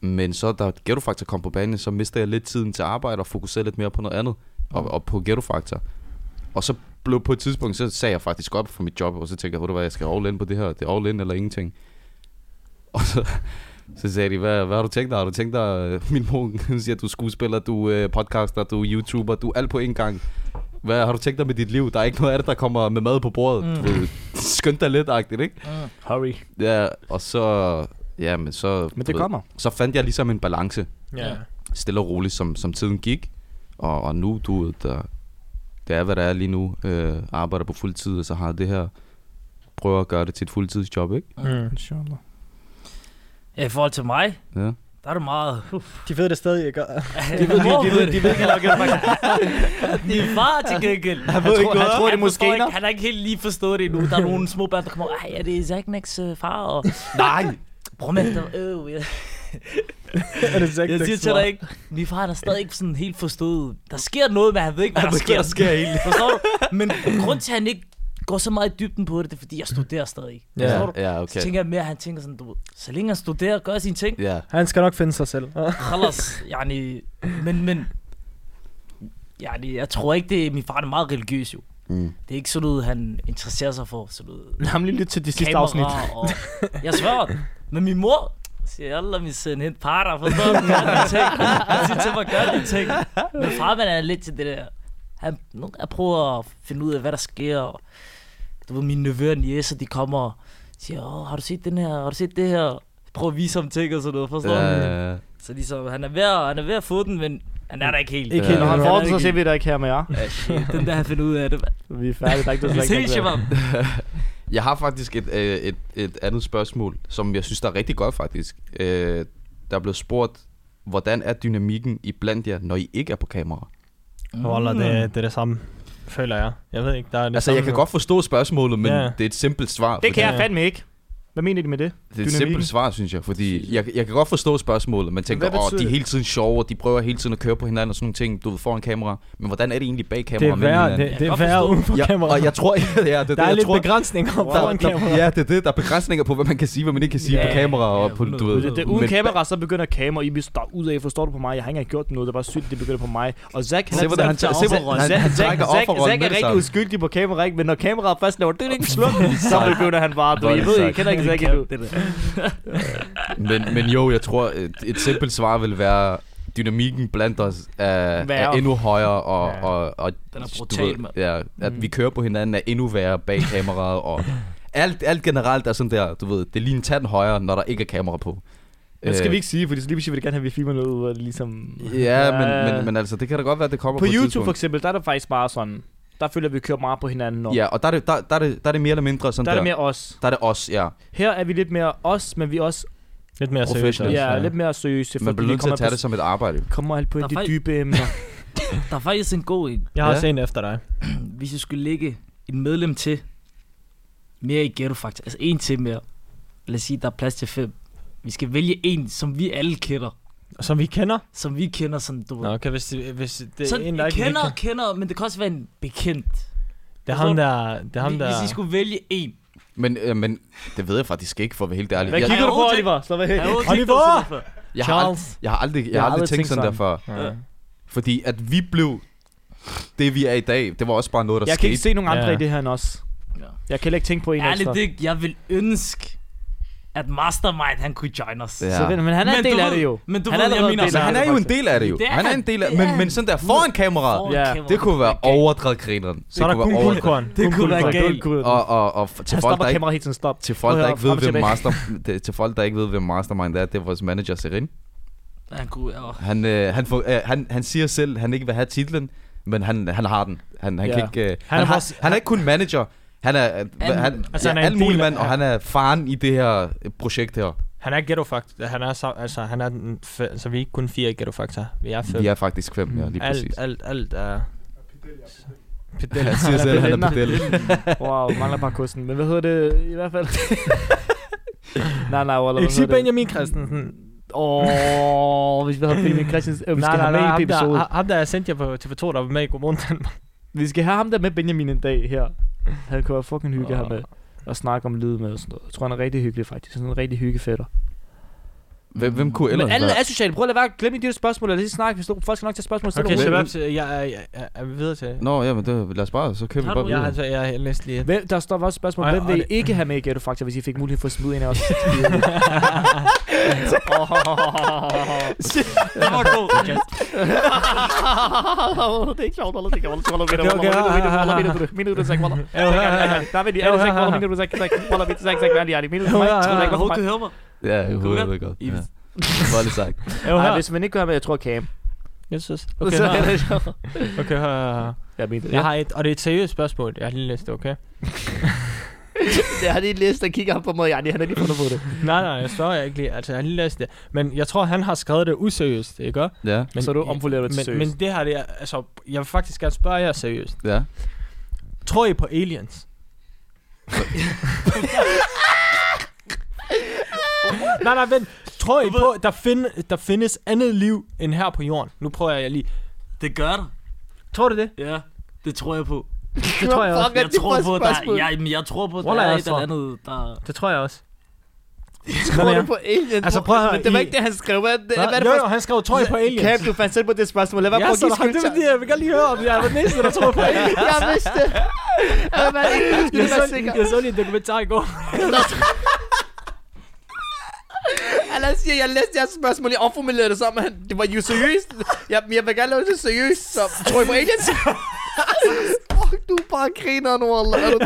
S5: Men så da Ghetto Factor kom på banen, så mistede jeg lidt tiden til arbejde og fokuserede lidt mere på noget andet, og, og på Ghetto Factor. Og så blev på et tidspunkt, så sagde jeg faktisk op fra mit job, og så tænkte jeg, ved du hvad, jeg skal all in på det her, det er all in eller ingenting. Og så, Så sagde de, hvad, hvad har du tænkt dig? Har du tænkt dig, øh, min mor hun siger, du er skuespiller, du er podcaster, du er YouTuber, du er alt på én gang. Hvad har du tænkt dig med dit liv? Der er ikke noget af det, der kommer med mad på bordet.
S6: Mm.
S5: Mm. Du ved, skynd dig lidt-agtigt, ikke?
S6: Mm.
S1: Hurry.
S5: Ja, og så... Ja, men så...
S1: Men
S5: du
S1: det
S5: ved,
S1: kommer.
S5: Så fandt jeg ligesom en balance,
S2: Ja.
S5: stille og roligt, som, som tiden gik. Og, og nu, du ved, der, det er, hvad der er lige nu. Øh, arbejder på fuld tid, og så har jeg det her... Prøver at gøre det til et fuldtidsjob, ikke?
S2: Mm.
S1: Inshallah.
S6: Ja, i forhold til mig,
S5: Ja.
S6: der er du meget...
S2: De ved det stadig, ikke?
S6: De ved, de,
S2: de ved- de ved ikke,
S6: han Din far til gengæld. Han,
S5: ved ikke noget.
S6: han
S5: Tror de
S6: forstår
S5: måske
S6: ikke,
S5: nok?
S6: han har ikke helt lige forstået det endnu. Der er nogle små børn, der kommer over. Ej, er det Isaac Max øh, far? Og,
S5: Nej!
S6: Bror, mand, der, øh, jeg,
S2: er det sagt,
S6: jeg siger til dig ikke, min far der er stadig ikke sådan helt forstået. Der sker noget, men han ved ikke, hvad der sker.
S2: helt.
S6: Forstår du? Men grund til, at han ikke går så meget i dybden på det, det er, fordi jeg studerer stadig.
S2: Ja.
S6: Forstår du?
S5: Ja,
S6: Så
S5: okay.
S6: tænker jeg mere, at han tænker sådan, du ved, så længe han studerer og gør sine ting,
S5: Ja.
S2: Han skal nok finde sig selv.
S6: Khalas, yani, men, men, yani, jeg tror ikke, det er, min far er meget religiøs jo.
S5: Mm.
S6: Det er ikke sådan noget, han interesserer sig for, sådan noget
S1: Lad mig lige lytte til det sidste afsnit.
S6: kamera og... Jeg sværger, men min mor siger, Allah, vi sender hen parter, forstår du? Gør de ting. Han siger til mig, gør de ting. Men farmand er lidt til det der. Han, nu, jeg prøver at finde ud af, hvad der sker. Og, du ved, mine nevøer og niæser, de kommer og siger, Åh, har du set den her, har du set det her? Prøv at vise ham ting og sådan noget, forstår du?
S5: Ja,
S6: Så ligesom, han er ved at, han er ved at få den, men han er der ikke helt.
S1: Ikke
S5: Ja.
S1: helt. Når han
S6: Ja.
S1: får den, så ser vi dig ikke her med jer.
S6: Den der, han finder ud af det. mand.
S1: Vi er færdige. Der er ikke noget,
S6: Vi
S1: der
S6: ses, Shabab.
S5: Jeg har faktisk et, øh, et, et andet spørgsmål, som jeg synes, der er rigtig godt faktisk. Øh, der er blevet spurgt, hvordan er dynamikken i blandt jer, når I ikke er på kamera?
S2: Voller,
S6: Mm,
S2: det, det er det samme, føler jeg. Jeg ved ikke, der er det
S5: Mm. Altså,
S2: samme.
S5: jeg kan godt forstå spørgsmålet, men
S2: Ja.
S5: ja. det er et simpelt svar.
S1: Det kan
S5: fordi-
S1: jeg fandme ikke. Hvad mener de med det?
S5: Det er et
S1: Dynamikken.
S5: simpelt svar, synes jeg, fordi jeg, jeg kan godt forstå spørgsmålet. Man tænker,
S1: hvad
S5: åh,
S1: betyder
S5: de er
S1: det?"
S5: hele tiden sjove, og de prøver hele tiden at køre på hinanden og sådan nogle ting, du ved, foran kamera. Men hvordan er det egentlig bag kamera?
S2: Det er
S5: mellem
S2: værre,
S5: hinanden?
S2: det, det er
S6: Jeg kan
S2: værre
S6: godt
S2: uden for
S5: Ja,
S2: kameraet.
S5: og jeg tror, ja, det er det,
S2: der er
S5: jeg
S2: lidt
S5: tror,
S2: begrænsninger
S5: der,
S2: foran
S5: der,
S2: kameraet.
S5: ja, det er det. Der er begrænsninger på, hvad man kan sige, hvad man ikke kan sige
S6: Ja,
S5: på kamera. Og
S6: ja,
S5: på, du ved,
S6: hundrede
S1: Det, det, det, uden
S5: Men-
S1: kamera, så begynder kamera, I vil stå ud af, forstår du på mig? Jeg har ikke engang gjort noget, det er bare sygt, det begynder på mig. Og Zack, han,
S5: Se, hvordan han tager- se, hvordan han-
S1: Zack-
S5: han
S1: Zack-
S5: trækker
S1: Zack-
S5: offerrollen
S1: Zack
S5: med
S1: er
S5: det
S1: rigtig
S5: samme.
S1: uskyldig på kamera, ikke? Men når kameraet først laver, det er ikke slut, så begynder han bare, du. ved. Jeg ved, I kender ikke Zack endnu.
S6: Det der.
S5: Men, men jo, jeg tror, et, et simpelt svar vil være, dynamikken blandt os er, er
S1: Værre.
S5: endnu højere, og,
S2: Ja.
S5: ja. og, og
S6: Den er
S5: du
S6: brutal,
S5: ved,
S6: mand.
S5: ja, at vi kører på hinanden er endnu værre bag kameraet, og alt, alt generelt er sådan der, du ved, det er lige en tand højere, når der ikke er kamera på.
S1: Det skal
S5: Øh,
S1: vi ikke sige, for lige pludselig vil de gerne have, at vi filmer noget, hvor det ligesom...
S5: Ja, men, men, men altså, det kan da godt være, at det kommer på,
S1: På
S5: et
S1: YouTube for
S5: tidspunkt.
S1: eksempel, der er der faktisk bare sådan... Der føler vi, vi kører meget på hinanden, og
S5: Ja, og der er, det, der, der, er det, der er det mere eller mindre sådan
S1: der
S5: der.
S1: er det mere os.
S5: der er det os, ja.
S1: Her er vi lidt mere os, men vi er også
S2: Lidt mere seriøst. altså.
S5: Professionelt.
S2: også,
S1: ja, lidt mere seriøse,
S5: Man
S1: fordi
S5: bliver
S1: vi
S5: nødt til
S1: kommer,
S5: at tage
S1: på,
S5: det som et arbejde.
S1: kommer alt på
S6: Der er
S1: de
S6: fej-
S1: dybe emner.
S6: Der er faktisk en god en.
S2: Jeg har
S5: Ja.
S2: også en efter dig.
S6: Hvis jeg skulle lægge en medlem til, mere i ghetto faktisk, altså en til mere, lad os sige, der er plads til fem. Vi skal vælge en, som vi alle kender.
S2: Som vi kender.
S6: Som vi kender, sådan du
S2: Nå,
S6: ved.
S2: okay, hvis, det- hvis det er
S6: Sådan,
S2: en, der
S6: I
S2: ikke vi
S6: kender,
S2: kan-
S6: kender, men det kan også være en bekendt.
S2: Det er ham, der... Det er ham,
S6: Hvis-
S2: der...
S6: Hvis I skulle vælge en.
S5: Men, øh, men det ved jeg faktisk ikke, for at være helt ærlig.
S1: Hvad
S5: Jeg,
S1: kigger du på,
S6: overhovedet
S1: Oliver? Så hvad?
S6: Jeg har jo tænkt
S2: Oliver!
S6: over sådan noget før.
S5: jeg, har aldrig,
S2: Charles.
S5: jeg har aldrig, jeg har aldrig tænkt sådan der før.
S2: Ja.
S5: Fordi at vi blev det, vi er i dag, det var også bare noget, der
S1: Jeg kan
S5: skete.
S1: ikke se nogen andre
S2: Ja.
S1: i det her end os.
S6: Ja.
S1: Jeg kan heller ikke tænke på en
S6: Ærligt,
S1: ekstra.
S6: det, ikke- jeg vil ønske, at Mastermind, han kunne join os.
S5: Ja.
S1: Så, men han er
S6: Men
S1: en
S6: du
S1: del af
S6: ved-
S1: det jo.
S6: men du
S1: han er
S6: ved,
S1: allerede
S6: jeg mener-
S1: en del
S5: Så
S1: af
S5: han
S1: det,
S5: er jo en
S1: faktisk.
S5: del af det jo.
S6: Det er
S5: Han er
S6: han.
S5: en del af
S6: Det er
S5: men, men
S6: han.
S5: sådan der foran
S6: Foran
S5: kameraet,
S1: Ja.
S6: kameraet.
S5: det kunne være
S6: er galt.
S5: overdrevet grineren. Det
S2: Så er der
S5: kunne
S2: kun
S5: være overdrevet-
S2: guldkorn.
S6: Det kunne være galt.
S5: Og, og, og f- til,
S1: Han
S5: folk,
S1: stopper
S5: der ikke,
S1: kameraet helt sådan stop.
S5: til folk,
S1: Prøv
S5: der
S1: at
S5: ikke
S1: høre,
S5: ved,
S1: frem og
S5: hvem
S1: tilbage.
S5: master, det- til folk, der ikke ved, hvem Mastermind er, det er vores manager Serin.
S6: Han kunne, åh.
S5: Han, øh, han, får, øh, han, han siger selv, han ikke vil have titlen, men han, han har den. Han, han,
S1: Ja.
S5: kan ikke, øh,
S2: Han
S5: han,
S2: er
S5: han, har,
S2: vores-
S5: han er ikke kun manager, han er, øh, hva- han,
S2: Altså,
S5: altså,
S2: han
S5: han er
S2: er en
S5: alt mulig
S2: del af-
S5: mand, og han er faren i det her øh, projekt her.
S2: Han er ghetto faktor. Han er så, altså, han er den fe, så vi er ikke kun fire i ghetto faktor. Vi er fem.
S5: Vi er faktisk fem, ja, lige præcis.
S2: alt, alt, alt er...
S5: Pedel, han siger selv, han er pedel.
S1: Wow, mangler bare kusten. Men hvad hedder det i hvert fald? nej, nej, Walla,
S2: Ikke
S1: hvad
S2: sige
S1: hedder det?
S2: Benjamin Christensen.
S1: Åh, hvis vi havde Benjamin Christiansen. Øh, vi
S2: Nej,
S1: skal
S2: nej,
S1: have
S2: nej,
S1: ham med i
S2: ham
S1: en episode.
S2: der, ham der jeg sendte jer på TV2, der var med i Godmorgen Danmark.
S1: Vi skal have ham der med Benjamin en dag her. Han kunne være fucking hygge her med. Og snakke om lyd med og sådan noget. Jeg tror, han er rigtig hyggelig faktisk. Sådan en rigtig hyggefætter.
S5: Hvem, hvem kunne
S1: Men
S5: ellers
S1: alle er
S5: være?
S1: asociale. Prøv at lade være. Glem i de der spørgsmål, og lige snakke. Hvis du, folk skal nok tage spørgsmål. stille
S2: Okay,
S1: og roligt.
S2: Shabab, så jeg, jeg, jeg, jeg er vi videre til...
S5: Nå, ja, men det, lad os bare, så kører vi
S6: Har
S5: bare
S6: du-
S2: Jeg,
S5: videre.
S2: altså, jeg, jeg læste lige... et.
S1: Hvem, der står også spørgsmål.
S2: Ej,
S1: Hvem vil I
S2: ej.
S1: ikke have med i Ghetto Factor, hvis I fik mulighed for at smide en af os?
S6: Det var god.
S1: det er ikke sjovt, eller det kan holde
S2: Okay, okay, okay.
S6: Jeg håber, du hører mig.
S5: Ja, jeg
S6: du
S5: hovedet
S6: kan-
S5: ved godt.
S6: I-
S5: Ja. Bare lige sagt.
S1: Nej, hvis man ikke gør med, jeg tror Cam.
S2: Jeg synes...
S1: Okay,
S2: Okay,
S1: så er
S2: her.
S1: det sjovt.
S2: okay, her, her.
S1: Jeg mente det.
S2: Jeg har et, og det er et seriøst spørgsmål. Jeg har lige læst det, okay?
S1: Jeg har lige en liste, der kigger ham på mig. Janni, han har lige fundet på det.
S2: Nej, nej, jeg svarer jeg ikke lige. Altså, jeg har lige læst det. Men jeg tror, han har skrevet det useriøst, ikke? også?
S5: Ja,
S2: Men,
S1: Så du omformulerer det til
S2: men,
S1: seriøst.
S2: men det her, det er, altså, jeg vil faktisk gerne spørge jer seriøst.
S5: ja.
S2: Tror I på aliens? nej, nej, vent. Tror I på, der, find, der findes andet liv end her på jorden? Nu prøver jeg lige.
S6: Det gør der.
S2: Tror du det?
S6: Ja, det tror jeg på.
S2: Det tror jeg også.
S6: Jeg tror på, der, jeg, jamen, jeg tror på, der
S2: Wallah,
S6: er
S2: jeg
S6: et eller
S2: tror.
S6: andet, der...
S2: Det tror jeg også.
S1: Tror
S2: Hvad med
S1: du på aliens?
S2: Altså, prøv at høre,
S1: Men det var
S2: I-
S1: ikke det, han skrev. Hvad det- hvad
S2: jer?
S1: er det
S2: Nå, Jo,
S1: for...
S2: jo, han skrev, tror I på aliens?
S1: Cam, du fandt selv på det spørgsmål. Lad være
S2: jeg,
S1: på at give
S2: det,
S1: skyld
S2: er
S1: til...
S2: fordi, jeg vil gerne lige høre, om jeg var den eneste, der tror på aliens.
S3: Jeg vidste det. Øh, Hvad er det?
S2: jeg,
S3: skulle være
S2: så,
S3: sikker.
S2: jeg så lige en dokumentar i går.
S1: Allan siger, jeg læste jeres spørgsmål, jeg omformulerede det som, at det var jo seriøst. Jeg, jeg vil gerne lave det seriøst, så tror I på aliens?
S3: Fuck, du er bare griner nu, Allah. Er du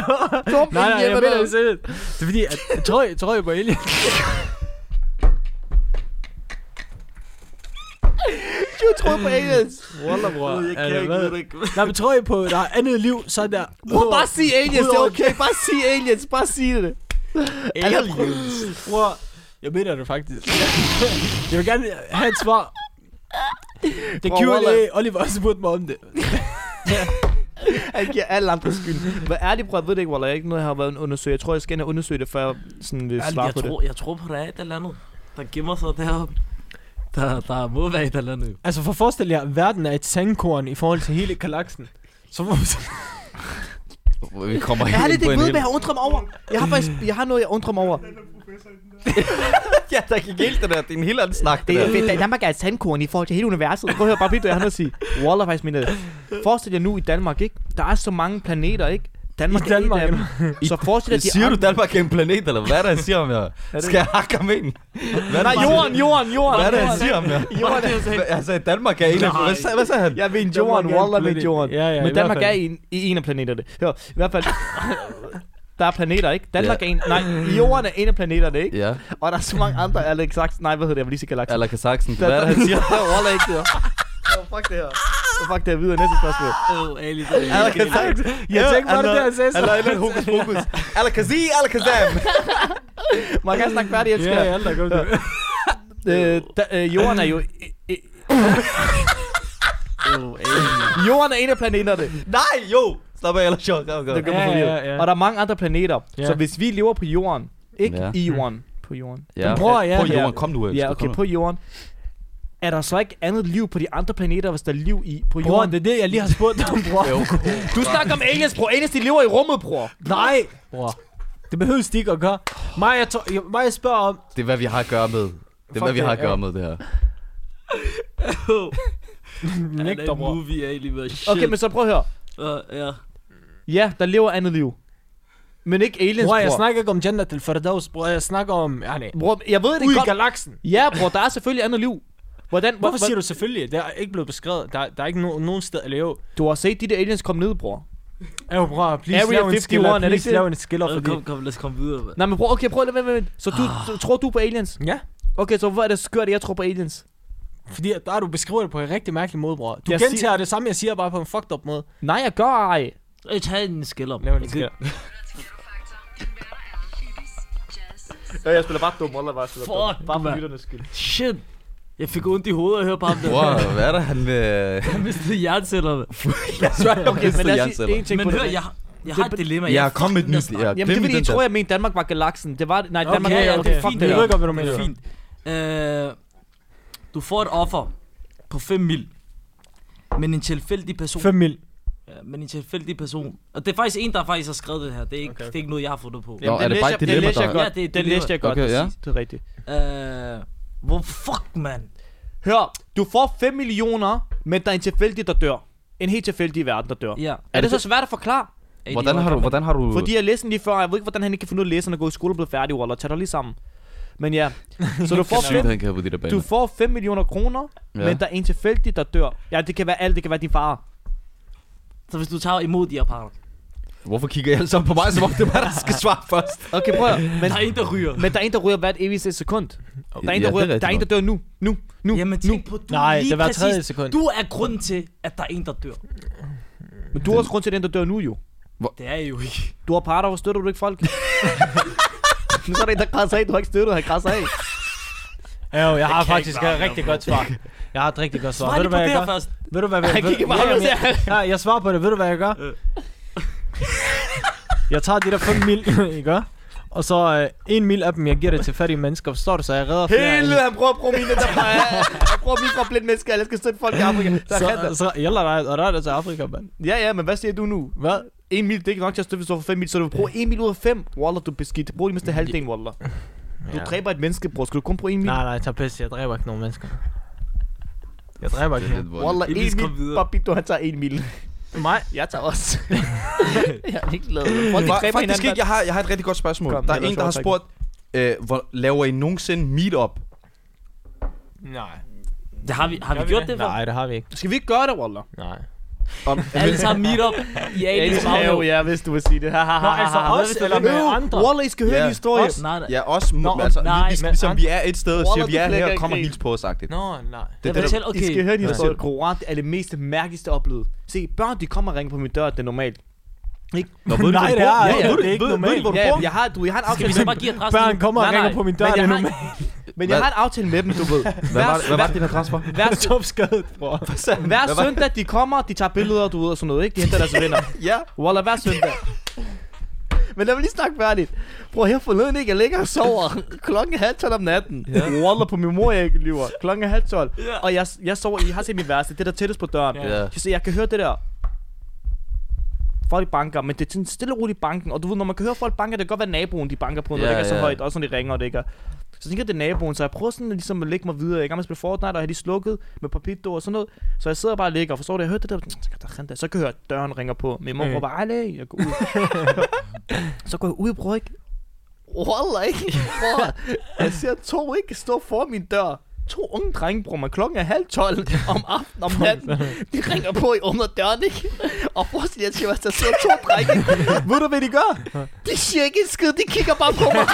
S3: dum
S2: Nej, nej, jeg
S3: hjemme,
S2: mener
S3: eller?
S2: det seriøst. Det er fordi, at, tror, I, tror I på aliens?
S3: Du troede på aliens.
S2: Wallah, bror.
S6: Jeg
S2: Er det
S6: kan ikke
S2: hvad?
S6: ved det ikke.
S2: Nej, men tror I på, der er andet liv, så er der...
S1: Bror, bare sig aliens, det er okay. Bare sig aliens, bare sig det.
S2: Aliens. Bror, jeg mener det faktisk. jeg vil gerne have et svar. Det
S1: Bror,
S2: Q&A,
S1: Wallah.
S2: Oliver også spurgte mig om det.
S1: Han giver alle andre skyld. Hvad er det, bror? Jeg ved det ikke, Waller. Jeg er ikke noget, jeg har været undersøge. Jeg tror, jeg skal ind og undersøge det, før jeg sådan vil svare
S6: Jeg
S1: på det.
S6: tror, jeg tror på, der er et eller andet, der gemmer sig deroppe. Der, der må være et eller andet.
S2: Altså, for forestil jer, verden er et sandkorn i forhold til hele galaksen. Så hvor...
S5: Vi kommer
S1: Jeg har
S5: helt
S1: lidt
S5: ind på
S1: ikke
S5: en
S1: ved, hvad
S5: hel...
S1: jeg undrer mig over. Jeg har faktisk, jeg har noget, jeg undrer mig over.
S5: Ja, der gik helt det der. Det er en helt anden snak, det
S1: Det
S5: der.
S1: er, Danmark er et sandkorn i forhold til hele universet. Prøv at høre, bare bliv det, jeg har noget at sige. Waller faktisk mener det. Forestil jer nu i Danmark, ikke? Der er så mange planeter, ikke? Danmark,
S2: I Danmark,
S1: er et af dem. Så forestil dig, de
S5: Siger du,
S1: andre-
S5: Danmark er en planet, eller hvad er det, han siger om jer? Skal jeg hakke ham ind? Hvad er
S1: Nej,
S5: det, han-
S1: jorden, jorden, jorden.
S5: Hvad er det, han siger om jer?
S6: Hvad er det, jeg sagde?
S5: Hva- Altså, Danmark er en af... Hvad sagde- Hvad sagde han?
S1: Jeg ved jorden, Waller ved jorden.
S2: Ja, ja, i
S1: Men Danmark
S2: hvert
S1: er
S2: fald.
S1: i en, i en af planeterne. Hør, i hvert fald... Der er planeter, ikke? Danmark er en... Nej, jorden er en af planeterne, ikke?
S5: Ja,
S1: Og der er så mange andre Alex Sachs... Nej, hvad hedder det? Jeg vil lige se galakser.
S5: eller Kazakhstan.
S1: Der-
S5: Hvad er det, han siger?
S1: Waller ikke det her. Oh, fuck det her. Oh, fuck det her videre. Næste spørgsmål.
S6: Øh, Ali, det er
S5: Eller
S6: ikke en-
S5: Kazakhstan.
S2: Jeg tænkte bare, det der, han sagde så.
S5: Eller et eller andet hokus pokus. Eller Kazi, eller Kazam.
S1: Må jeg gerne snakke færdig, elsker?
S2: Ja, ja, der kom det.
S1: Øh, da, øh, jorden er jo... øh, øh, jorden er en af planeterne.
S5: Nej, jo. Slap af, eller
S1: Det
S5: chok.
S1: gør
S2: Ja,
S1: mig
S2: ja,
S1: forvirret.
S2: ja.
S1: Og der er mange andre planeter.
S2: Ja. Mm.
S1: Så hvis vi lever på jorden, ikke
S5: Ja.
S1: i jorden, på jorden.
S5: Ja,
S2: Bror, ja.
S5: På jorden, kom du, Elsker.
S1: Ja, okay,
S5: Kom nu.
S1: på jorden. Er der så ikke andet liv på de andre planeter, hvis der er liv i på
S2: Øh, Bror,
S1: jorden?
S2: det er det, jeg lige har spurgt dig om, bror.
S1: Du snakker om aliens, bror. Aliens, de lever i rummet, bror.
S2: Nej, bror. Det behøves de ikke at gøre. Mig, jeg, tror- jeg- mig, jeg spørger om...
S5: Det er, hvad vi har at gøre med. Det er,
S2: Fuck
S5: hvad vi har
S2: det,
S5: at gøre
S2: ja.
S5: med, det her.
S6: Han er
S2: Nægter,
S6: en
S2: bror.
S6: movie, Ali, hvad shit.
S1: Okay, men så prøv at høre.
S6: Øh, ja.
S1: Ja, der lever andet liv. Men ikke aliens, bror.
S2: Bror, jeg snakker ikke om gender til Ferdows, bror. Jeg snakker om... Ja, nej.
S1: bror jeg ved det
S2: Ud i
S1: godt.
S2: galaksen.
S1: Ja, bror, der er selvfølgelig andet liv. Hvordan, hvor-
S2: Hvorfor siger du selvfølgelig? Det er ikke blevet beskrevet. Der, der er ikke no, nogen sted at leve.
S1: Du har set de der aliens komme ned, bror.
S2: Ja, bror, please
S1: Area
S2: Area lav en
S1: 51,
S2: skiller.
S1: er det
S2: Please
S1: ikke det?
S2: lav en skiller,
S6: Øh,
S2: fordi...
S6: Kom, kom, lad os komme videre, mand.
S1: Nej, men bror, okay, prøv at lade være med Så du, du,
S2: Ah.
S1: tror du på aliens?
S2: Ja,
S1: Okay, så hvor er det skørt, at jeg tror på aliens?
S2: fordi at der har du beskriver det på en rigtig mærkelig måde, bror. Du
S1: Jeg
S2: jeg
S1: siger-
S2: gentager siger... det samme, jeg siger bare på en fucked up måde.
S1: Nej, jeg gør ej.
S6: Øh, tag en skiller.
S2: Lav en skiller.
S1: Ja, jeg spiller bare dum, Wallah bare spiller
S6: Fuck, Bare for mand.
S1: lytternes skyld.
S6: Shit. Jeg fik ondt i hovedet at høre bare om det.
S5: Bror, hvad er det, han... øh,
S6: Jeg mistede jerncellerne.
S1: Okay, men lad os
S5: Jernceller.
S1: sige en ting
S6: Men
S1: på
S6: hør,
S1: det.
S6: jeg, jeg har
S1: Det-
S6: et dilemma.
S5: Ja,
S6: Jeg-
S5: kom med et nyt. Ja,
S1: Jamen, det er
S5: glem
S1: fordi,
S5: den
S1: jeg
S5: der.
S1: tror, jeg mente Danmark var galaksen. Det var... Nej,
S2: Okay,
S1: Danmark
S2: okay,
S1: var...
S2: okay,
S1: Okay,
S2: fint.
S1: fuck
S2: Jeg
S1: det
S2: ved
S1: her.
S2: godt, hvad du mener.
S6: Det er fint. Øh, du får et offer på 5 mil. Men en tilfældig person.
S2: 5 mil.
S6: Ja, men en tilfældig person. Og det er faktisk en, der faktisk har skrevet det her. Det er ikke, okay,
S2: Okay,
S6: okay. Det er ikke noget, jeg har fundet på.
S5: Nå,
S1: Jamen,
S5: er det
S1: læste
S5: bare
S1: jeg-
S5: et dilemma,
S1: læste jeg
S5: der-
S1: godt.
S6: Ja, det er et
S1: Det
S6: dilemma.
S1: læste jeg godt.
S5: Okay, ja.
S1: præcis. Det er rigtigt.
S6: Øh, Hvor fuck, mand?
S1: Hør, du får 5 millioner, men der er en tilfældig, der dør. En helt tilfældig i verden, der dør.
S6: Ja.
S1: Er det så svært at forklare?
S5: Hvordan har du... Hvordan har du
S1: Fordi jeg læste den lige før, og jeg ved ikke, hvordan han ikke kan finde ud af at læse, når han er gået i skole og blevet færdig, Waller. Tag dig lige sammen. Men ja, så du får,
S5: Sygt,
S1: fem,
S5: han kan på de der baner.
S1: du får 5 millioner kroner, ja. men der er en tilfældig, der dør. Ja, det kan være alt. Det kan være din far.
S6: Så hvis du tager imod de her parter.
S5: Hvorfor kigger I alle sammen på mig, som om det er mig, der skal svare først?
S1: Okay, prøv at, men,
S6: Der er en, der ryger.
S1: men der er en, der ryger hvert evigt sekund. Der er en,
S5: Ja,
S1: der,
S5: det er
S1: ryger,
S5: rigtigt
S1: der, er en, der
S5: nok.
S1: dør nu. Nu. Nu.
S6: Jamen tænk på, du
S2: Nej,
S6: lige
S2: det var
S6: præcis,
S2: tredje sekund.
S6: Du er grunden til, at der er en, der dør.
S1: Men du har også grund til den, der dør nu jo.
S6: Det er jo ikke.
S1: Du har parter, hvor støtter du ikke folk? nu så er der en, der krasser af. Du har ikke støttet, han krasser af.
S2: Ja, jo, jeg har
S6: kan
S2: faktisk
S6: ikke være
S2: et rigtig godt svar. Jeg har et rigtig godt svar.
S6: Svar
S2: Ved
S6: lige
S2: du,
S6: på
S2: hvad
S6: det
S2: jeg
S6: her
S2: gør?
S6: først.
S2: Ved du, hvad jeg
S1: Han
S2: ved-
S1: kigger bare
S2: Ja,
S1: op og
S2: jamen,
S1: siger,
S2: jeg- Ja, jeg svarer på det. Ved du, hvad jeg gør? Jeg tager de der 5 mil, I gør? Og så øh, en mil af dem, jeg giver det til fattige mennesker. Forstår du, så jeg redder flere
S1: Hele,
S2: end-
S1: han prøver at bruge mine, der bare er. Han prøver at mine fra blinde mennesker, eller jeg skal støtte folk i Afrika. Der er han der.
S2: Så, så jælder dig, og der er det til Afrika, mand.
S1: Ja, ja, men hvad siger du nu?
S2: Hvad?
S1: En mil, det er ikke nok til at støtte, hvis du får fem mil, så du vil bruge en mil ud af fem. Waller, du er beskidt. Brug lige mindst halvdelen, Waller. Du dræber et menneske, bror. Skal du kun bruge en mil?
S2: Nej, nej, tag pisse. Jeg dræber ikke nogen mennesker. Jeg dræber ikke nogen.
S1: Waller, en
S6: Ibis, kom
S1: mil.
S6: videre.
S1: Papito, han tager en mil.
S2: Mig?
S1: Jeg tager også. jeg er ikke lavet. Folk, de dræber
S5: Faktisk
S1: hinanden.
S5: ikke, jeg har, jeg har et rigtig godt spørgsmål.
S1: Kom,
S5: der er
S1: ellers
S5: en, der har
S1: overtræk
S5: spurgt, øh, hvor, laver I nogensinde meetup?
S2: Nej.
S6: Det har vi, har vi gjort det for?
S2: Nej, det har vi ikke.
S1: Skal vi ikke gøre det, Waller?
S2: Nej.
S5: Om,
S6: Alle sammen meet up i Aliens baghave.
S1: ja, hvis du vil sige det. Nå,
S2: altså os eller med andre?
S1: Waller, I skal høre
S5: Ja.
S1: en historie.
S6: Nej, nej.
S5: ja, også Nå,
S2: om-
S5: altså,
S6: nej,
S5: nej, ligesom,
S2: men-
S5: ligesom vi er et sted og
S1: Waller,
S5: siger,
S1: du
S5: vi er
S1: flækker
S5: her,
S1: ikke
S5: kom og
S1: grin.
S5: hils på os, agtigt.
S2: Nå, nej.
S5: Det,
S6: Jeg
S5: er det, der,
S6: fortæl,
S1: I skal høre din
S6: okay.
S5: Hvad
S1: historie.
S5: siger du?
S1: Koran Altså, er det mest mærkeligste oplevet. Se, børn de kommer og ringer på min dør, det er normalt. Ikke?
S5: Nå, ved du,
S2: Nej,
S5: hvor du
S2: det
S5: bor?
S2: er-
S5: Ja, ja,
S2: ved du-
S5: ved-
S2: ikke
S5: ved- ved
S2: normalt.
S5: du, hvor du
S1: Ja,
S5: bor?
S1: jeg har, du, jeg har en
S6: Skal
S1: aftale
S6: vi
S1: med
S6: så
S1: dem.
S6: bare give adressen?
S2: Børn kommer og
S6: Nej, nej.
S2: ringer på min dør,
S6: Men
S2: det er
S6: jeg har-
S2: normalt.
S1: Men jeg
S5: Hvad-
S1: har en aftale med dem, du ved.
S5: Hvad var, hvad var
S1: hver,
S5: din adresse for?
S1: hver,
S2: Topskadet, bror.
S1: hver
S5: Hvad var-
S1: søndag, de kommer, de tager billeder, du ved, og sådan noget, ikke? De henter deres venner.
S5: Ja.
S1: Walla, hver søndag. Men lad mig lige snakke færdigt. Prøv her forleden, ikke? Jeg ligger og sover. Klokken er halv tolv om natten. Ja. Walla på min mor, jeg ikke lyver. Klokken er halv tolv.
S6: Ja.
S1: Og jeg, jeg sover, I har set mit værelse, det der tættest på døren.
S5: Ja.
S1: Så siger, jeg kan høre det der. Folk banker, men det er sådan stille og roligt banken. Og du ved, når man kan høre folk banker, det kan godt være naboen, de banker på, når
S5: Ja,
S1: det ikke er så
S5: ja.
S1: højt. Også når de ringer, og det ikke er. Så tænker jeg, det er naboen, så jeg prøver sådan ligesom at lægge mig videre. Jeg er i gang med at spille Fortnite, og jeg har lige slukket med papito og sådan noget. Så jeg sidder bare og ligger og forstår det. Jeg hørte det der, så kan der rende der. så kan jeg høre, at døren ringer på. Min mor
S2: Mm.
S1: råber, "Ale!" jeg går ud. så går jeg ud, bror, ikke? Walla, ikke? Bror, jeg ser to ikke stå for min dør. To unge drenge, bror, man klokken er halv tolv om aftenen om natten. De ringer på i under døren, ikke? Og forestil jer, at jeg der sidder to drenge. Ved du, hvad de gør? De siger ikke en skid, de kigger bare på mig.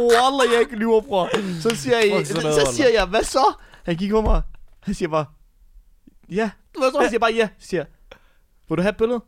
S1: Walla, jeg ikke lyver, bror. Så siger, jeg,
S2: Fuck, sådan noget,
S1: så siger jeg, hvad så? Han kigger på mig. Han siger bare, ja. Du ved, så han siger bare, ja. Siger, jeg, vil du have et billede?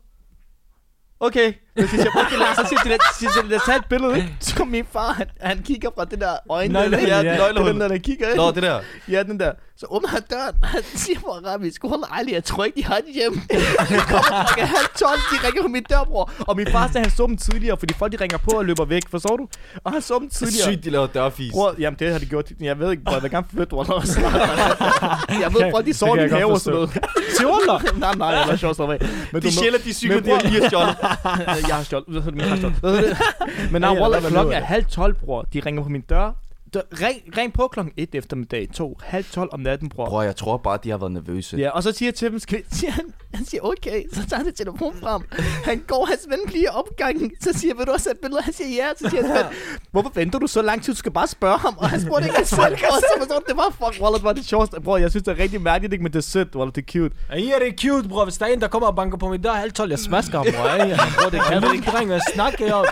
S1: Okay. Så siger jeg, okay, lad, så siger de, lad, siger, de, lad os have et billede, ikke? Så kom min far, han, han kigger fra det der øjne.
S2: Nøgle-
S1: ja,
S2: ja,
S1: ja, det er
S5: nøglehul.
S1: den der, der kigger, ikke?
S5: Nå, det der.
S1: Ja, den der. Så åbner han døren, han siger på arabisk, hold ærlig, jeg tror ikke, de har det hjemme. Jeg kommer klokken halv tolv, de ringer på min dør, bror. Og min far sagde, han så dem tidligere, fordi folk de ringer på og løber væk, forstår du? Og han så dem tidligere.
S5: Sygt, de laver dørfis.
S1: Bror, jamen det har de gjort. Jeg ved ikke, bror, jeg vil gerne flytte rundt også. jeg ved, bror, de
S2: Det
S1: sover i
S2: kan
S1: min
S2: jeg
S1: have
S2: godt
S1: og sådan noget. Stjåler? nej, nej, jeg var sjovt af. Men
S5: De sjæler de cykler,
S1: Men
S5: de
S1: bror-
S5: har lige har stjålet.
S1: jeg har stjålet. Hvad hedder det? Jeg har stjålet. Hvad hedder det? Men
S2: Ja,
S1: nej,
S2: ja,
S1: Walla,
S2: hvad man
S1: klokken
S2: nu
S1: er
S2: er.
S1: halv tolv, bror. De ringer på min dør. Dør- Ring, ring på klokken 1 eftermiddag, 2, halv 12 om natten, bror.
S5: Bror, jeg tror bare, de har været nervøse.
S1: Ja, og så siger jeg til dem, skal vi, siger han, han siger, okay, så tager han sin telefon frem. Han går, hans ven bliver i opgangen, så siger jeg, vil du også have et billede? Han siger, ja, så siger han, hvorfor venter du så lang tid, du skal bare spørge ham, og han spurgte ikke, hans folk, og så forstår du, det var fuck, Wallet var det sjoveste, bror, jeg synes, det er rigtig mærkeligt, ikke, men det er sødt, Wallet, det er cute.
S2: Ja, I er det cute, bror. Hvis der er en, der kommer og banker på min dør halv 12, jeg smasker ham, bror. Ja, ja. bror det kan du ikke dreng, hvad snakker jeg om?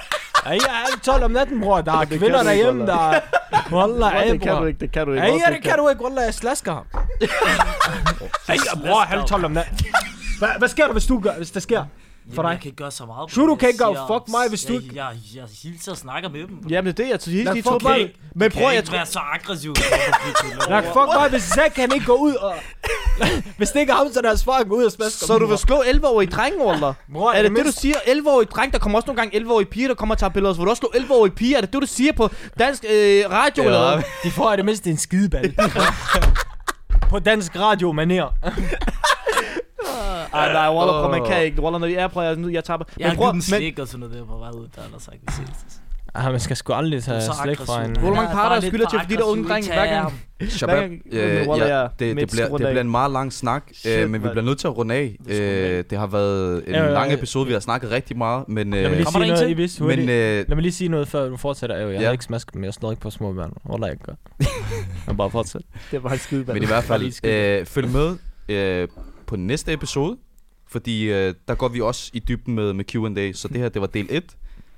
S2: Ja, I er halv 12 om natten, bror. Der er
S1: kan
S2: kvinder
S1: du ikke,
S2: derhjemme, der er... Wallah,
S1: Bror,
S2: ey,
S1: det kan du
S2: bror.
S1: ikke, det kan du ikke.
S2: Ja, I
S1: Også
S2: er det kan du ikke. Wallah, jeg slasker ham. Ja, I er bror halv 12 om natten. Hva- Hvad sker der, hvis du gør, hvis det sker?
S6: Jamen,
S2: For dig.
S6: Jeg kan ikke gøre så meget.
S2: Sure, du
S6: Jeg
S2: kan ikke gøre
S6: siger-
S2: fuck mig, hvis du
S6: jeg,
S2: ikke-
S6: Jeg, jeg, jeg hilser og snakker med dem.
S1: Jamen, det er det, jeg synes,
S2: Lad
S1: de to
S2: fuck mig.
S1: børn. Men
S6: Kan
S1: bror,
S6: jeg
S1: jeg
S6: ikke
S1: tror,
S6: være så aggressiv?
S2: Lad fuck mig, hvis Zack han ikke går ud og... Hvis det ikke er ham, så er deres far, han går ud og smasker
S1: så
S2: ham,
S1: du vil
S2: bror.
S1: slå 11-årige drenge, Walter?
S2: Bror,
S1: Er det det, du
S2: mindste-
S1: siger? 11-årige dreng, der kommer også nogle gange 11-årige piger, der kommer og tager billeder. Så vil du også slå 11-årige piger? Er det det, du siger på dansk øh, radio?
S5: Ja.
S1: Eller hvad?
S2: De får i det mindste en skideball. På dansk radio manér.
S1: Ej, Ah, nej, Waller, prøv, man
S5: Åh.
S1: kan ikke. Waller, når de er, prøv, jeg, jeg taber.
S6: Jeg har
S1: prøv,
S6: givet dem slik og sådan noget der på vej ud, der er der sagt det sidste.
S2: Ah, man skal sgu aldrig tage
S6: så
S2: slik fra en...
S6: aggressiv.
S1: Hvor mange
S6: Ja,
S1: parter
S6: bare lidt
S1: skylder til,
S6: for
S1: fordi der unge drenge
S6: aggressiv, I
S1: hver
S6: tager
S1: gang...
S6: ham.
S5: Shabab,
S1: Hver gang-
S5: øh,
S1: Jamen, Wallah, jeg
S5: ja,
S1: er
S5: det, det,
S1: midt
S5: bliver,
S1: stor
S5: det
S1: dag.
S5: bliver en meget lang snak,
S1: Shit,
S5: øh, men vi
S1: mand.
S5: bliver nødt til at runde af.
S1: er sgu en
S5: Øh, det har været en
S2: Ja, ja, ja.
S5: lang episode, vi har snakket rigtig meget, men...
S2: Lad mig lige
S6: Kommer
S2: sige
S6: der en
S2: noget, I
S6: til?
S2: vidste hurtigt.
S5: Øh, men øh,
S2: Lad mig lige sige noget, før du fortsætter. Jo, jeg
S5: Ja.
S2: ja. har ikke smasket dem, jeg snor ikke på små børn. Hvor jeg gør. Jeg bare fortsæt.
S1: Det var en skide,
S5: Men i
S1: mand.
S5: hvert
S2: Bare lige
S5: fald,
S2: skide.
S5: øh, følg med øh, på næste episode, fordi øh, der går vi også i dybden med, med Q&A, så det her, det var del 1.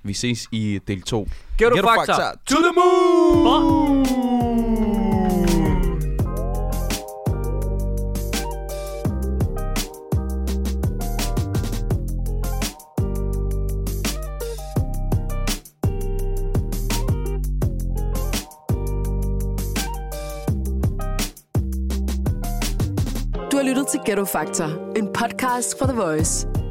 S5: Vi ses i del 2.
S3: Ghetto Factor.
S5: to the moon!
S4: Du har lyttet til Ghetto Factor, en podcast fra The Voice.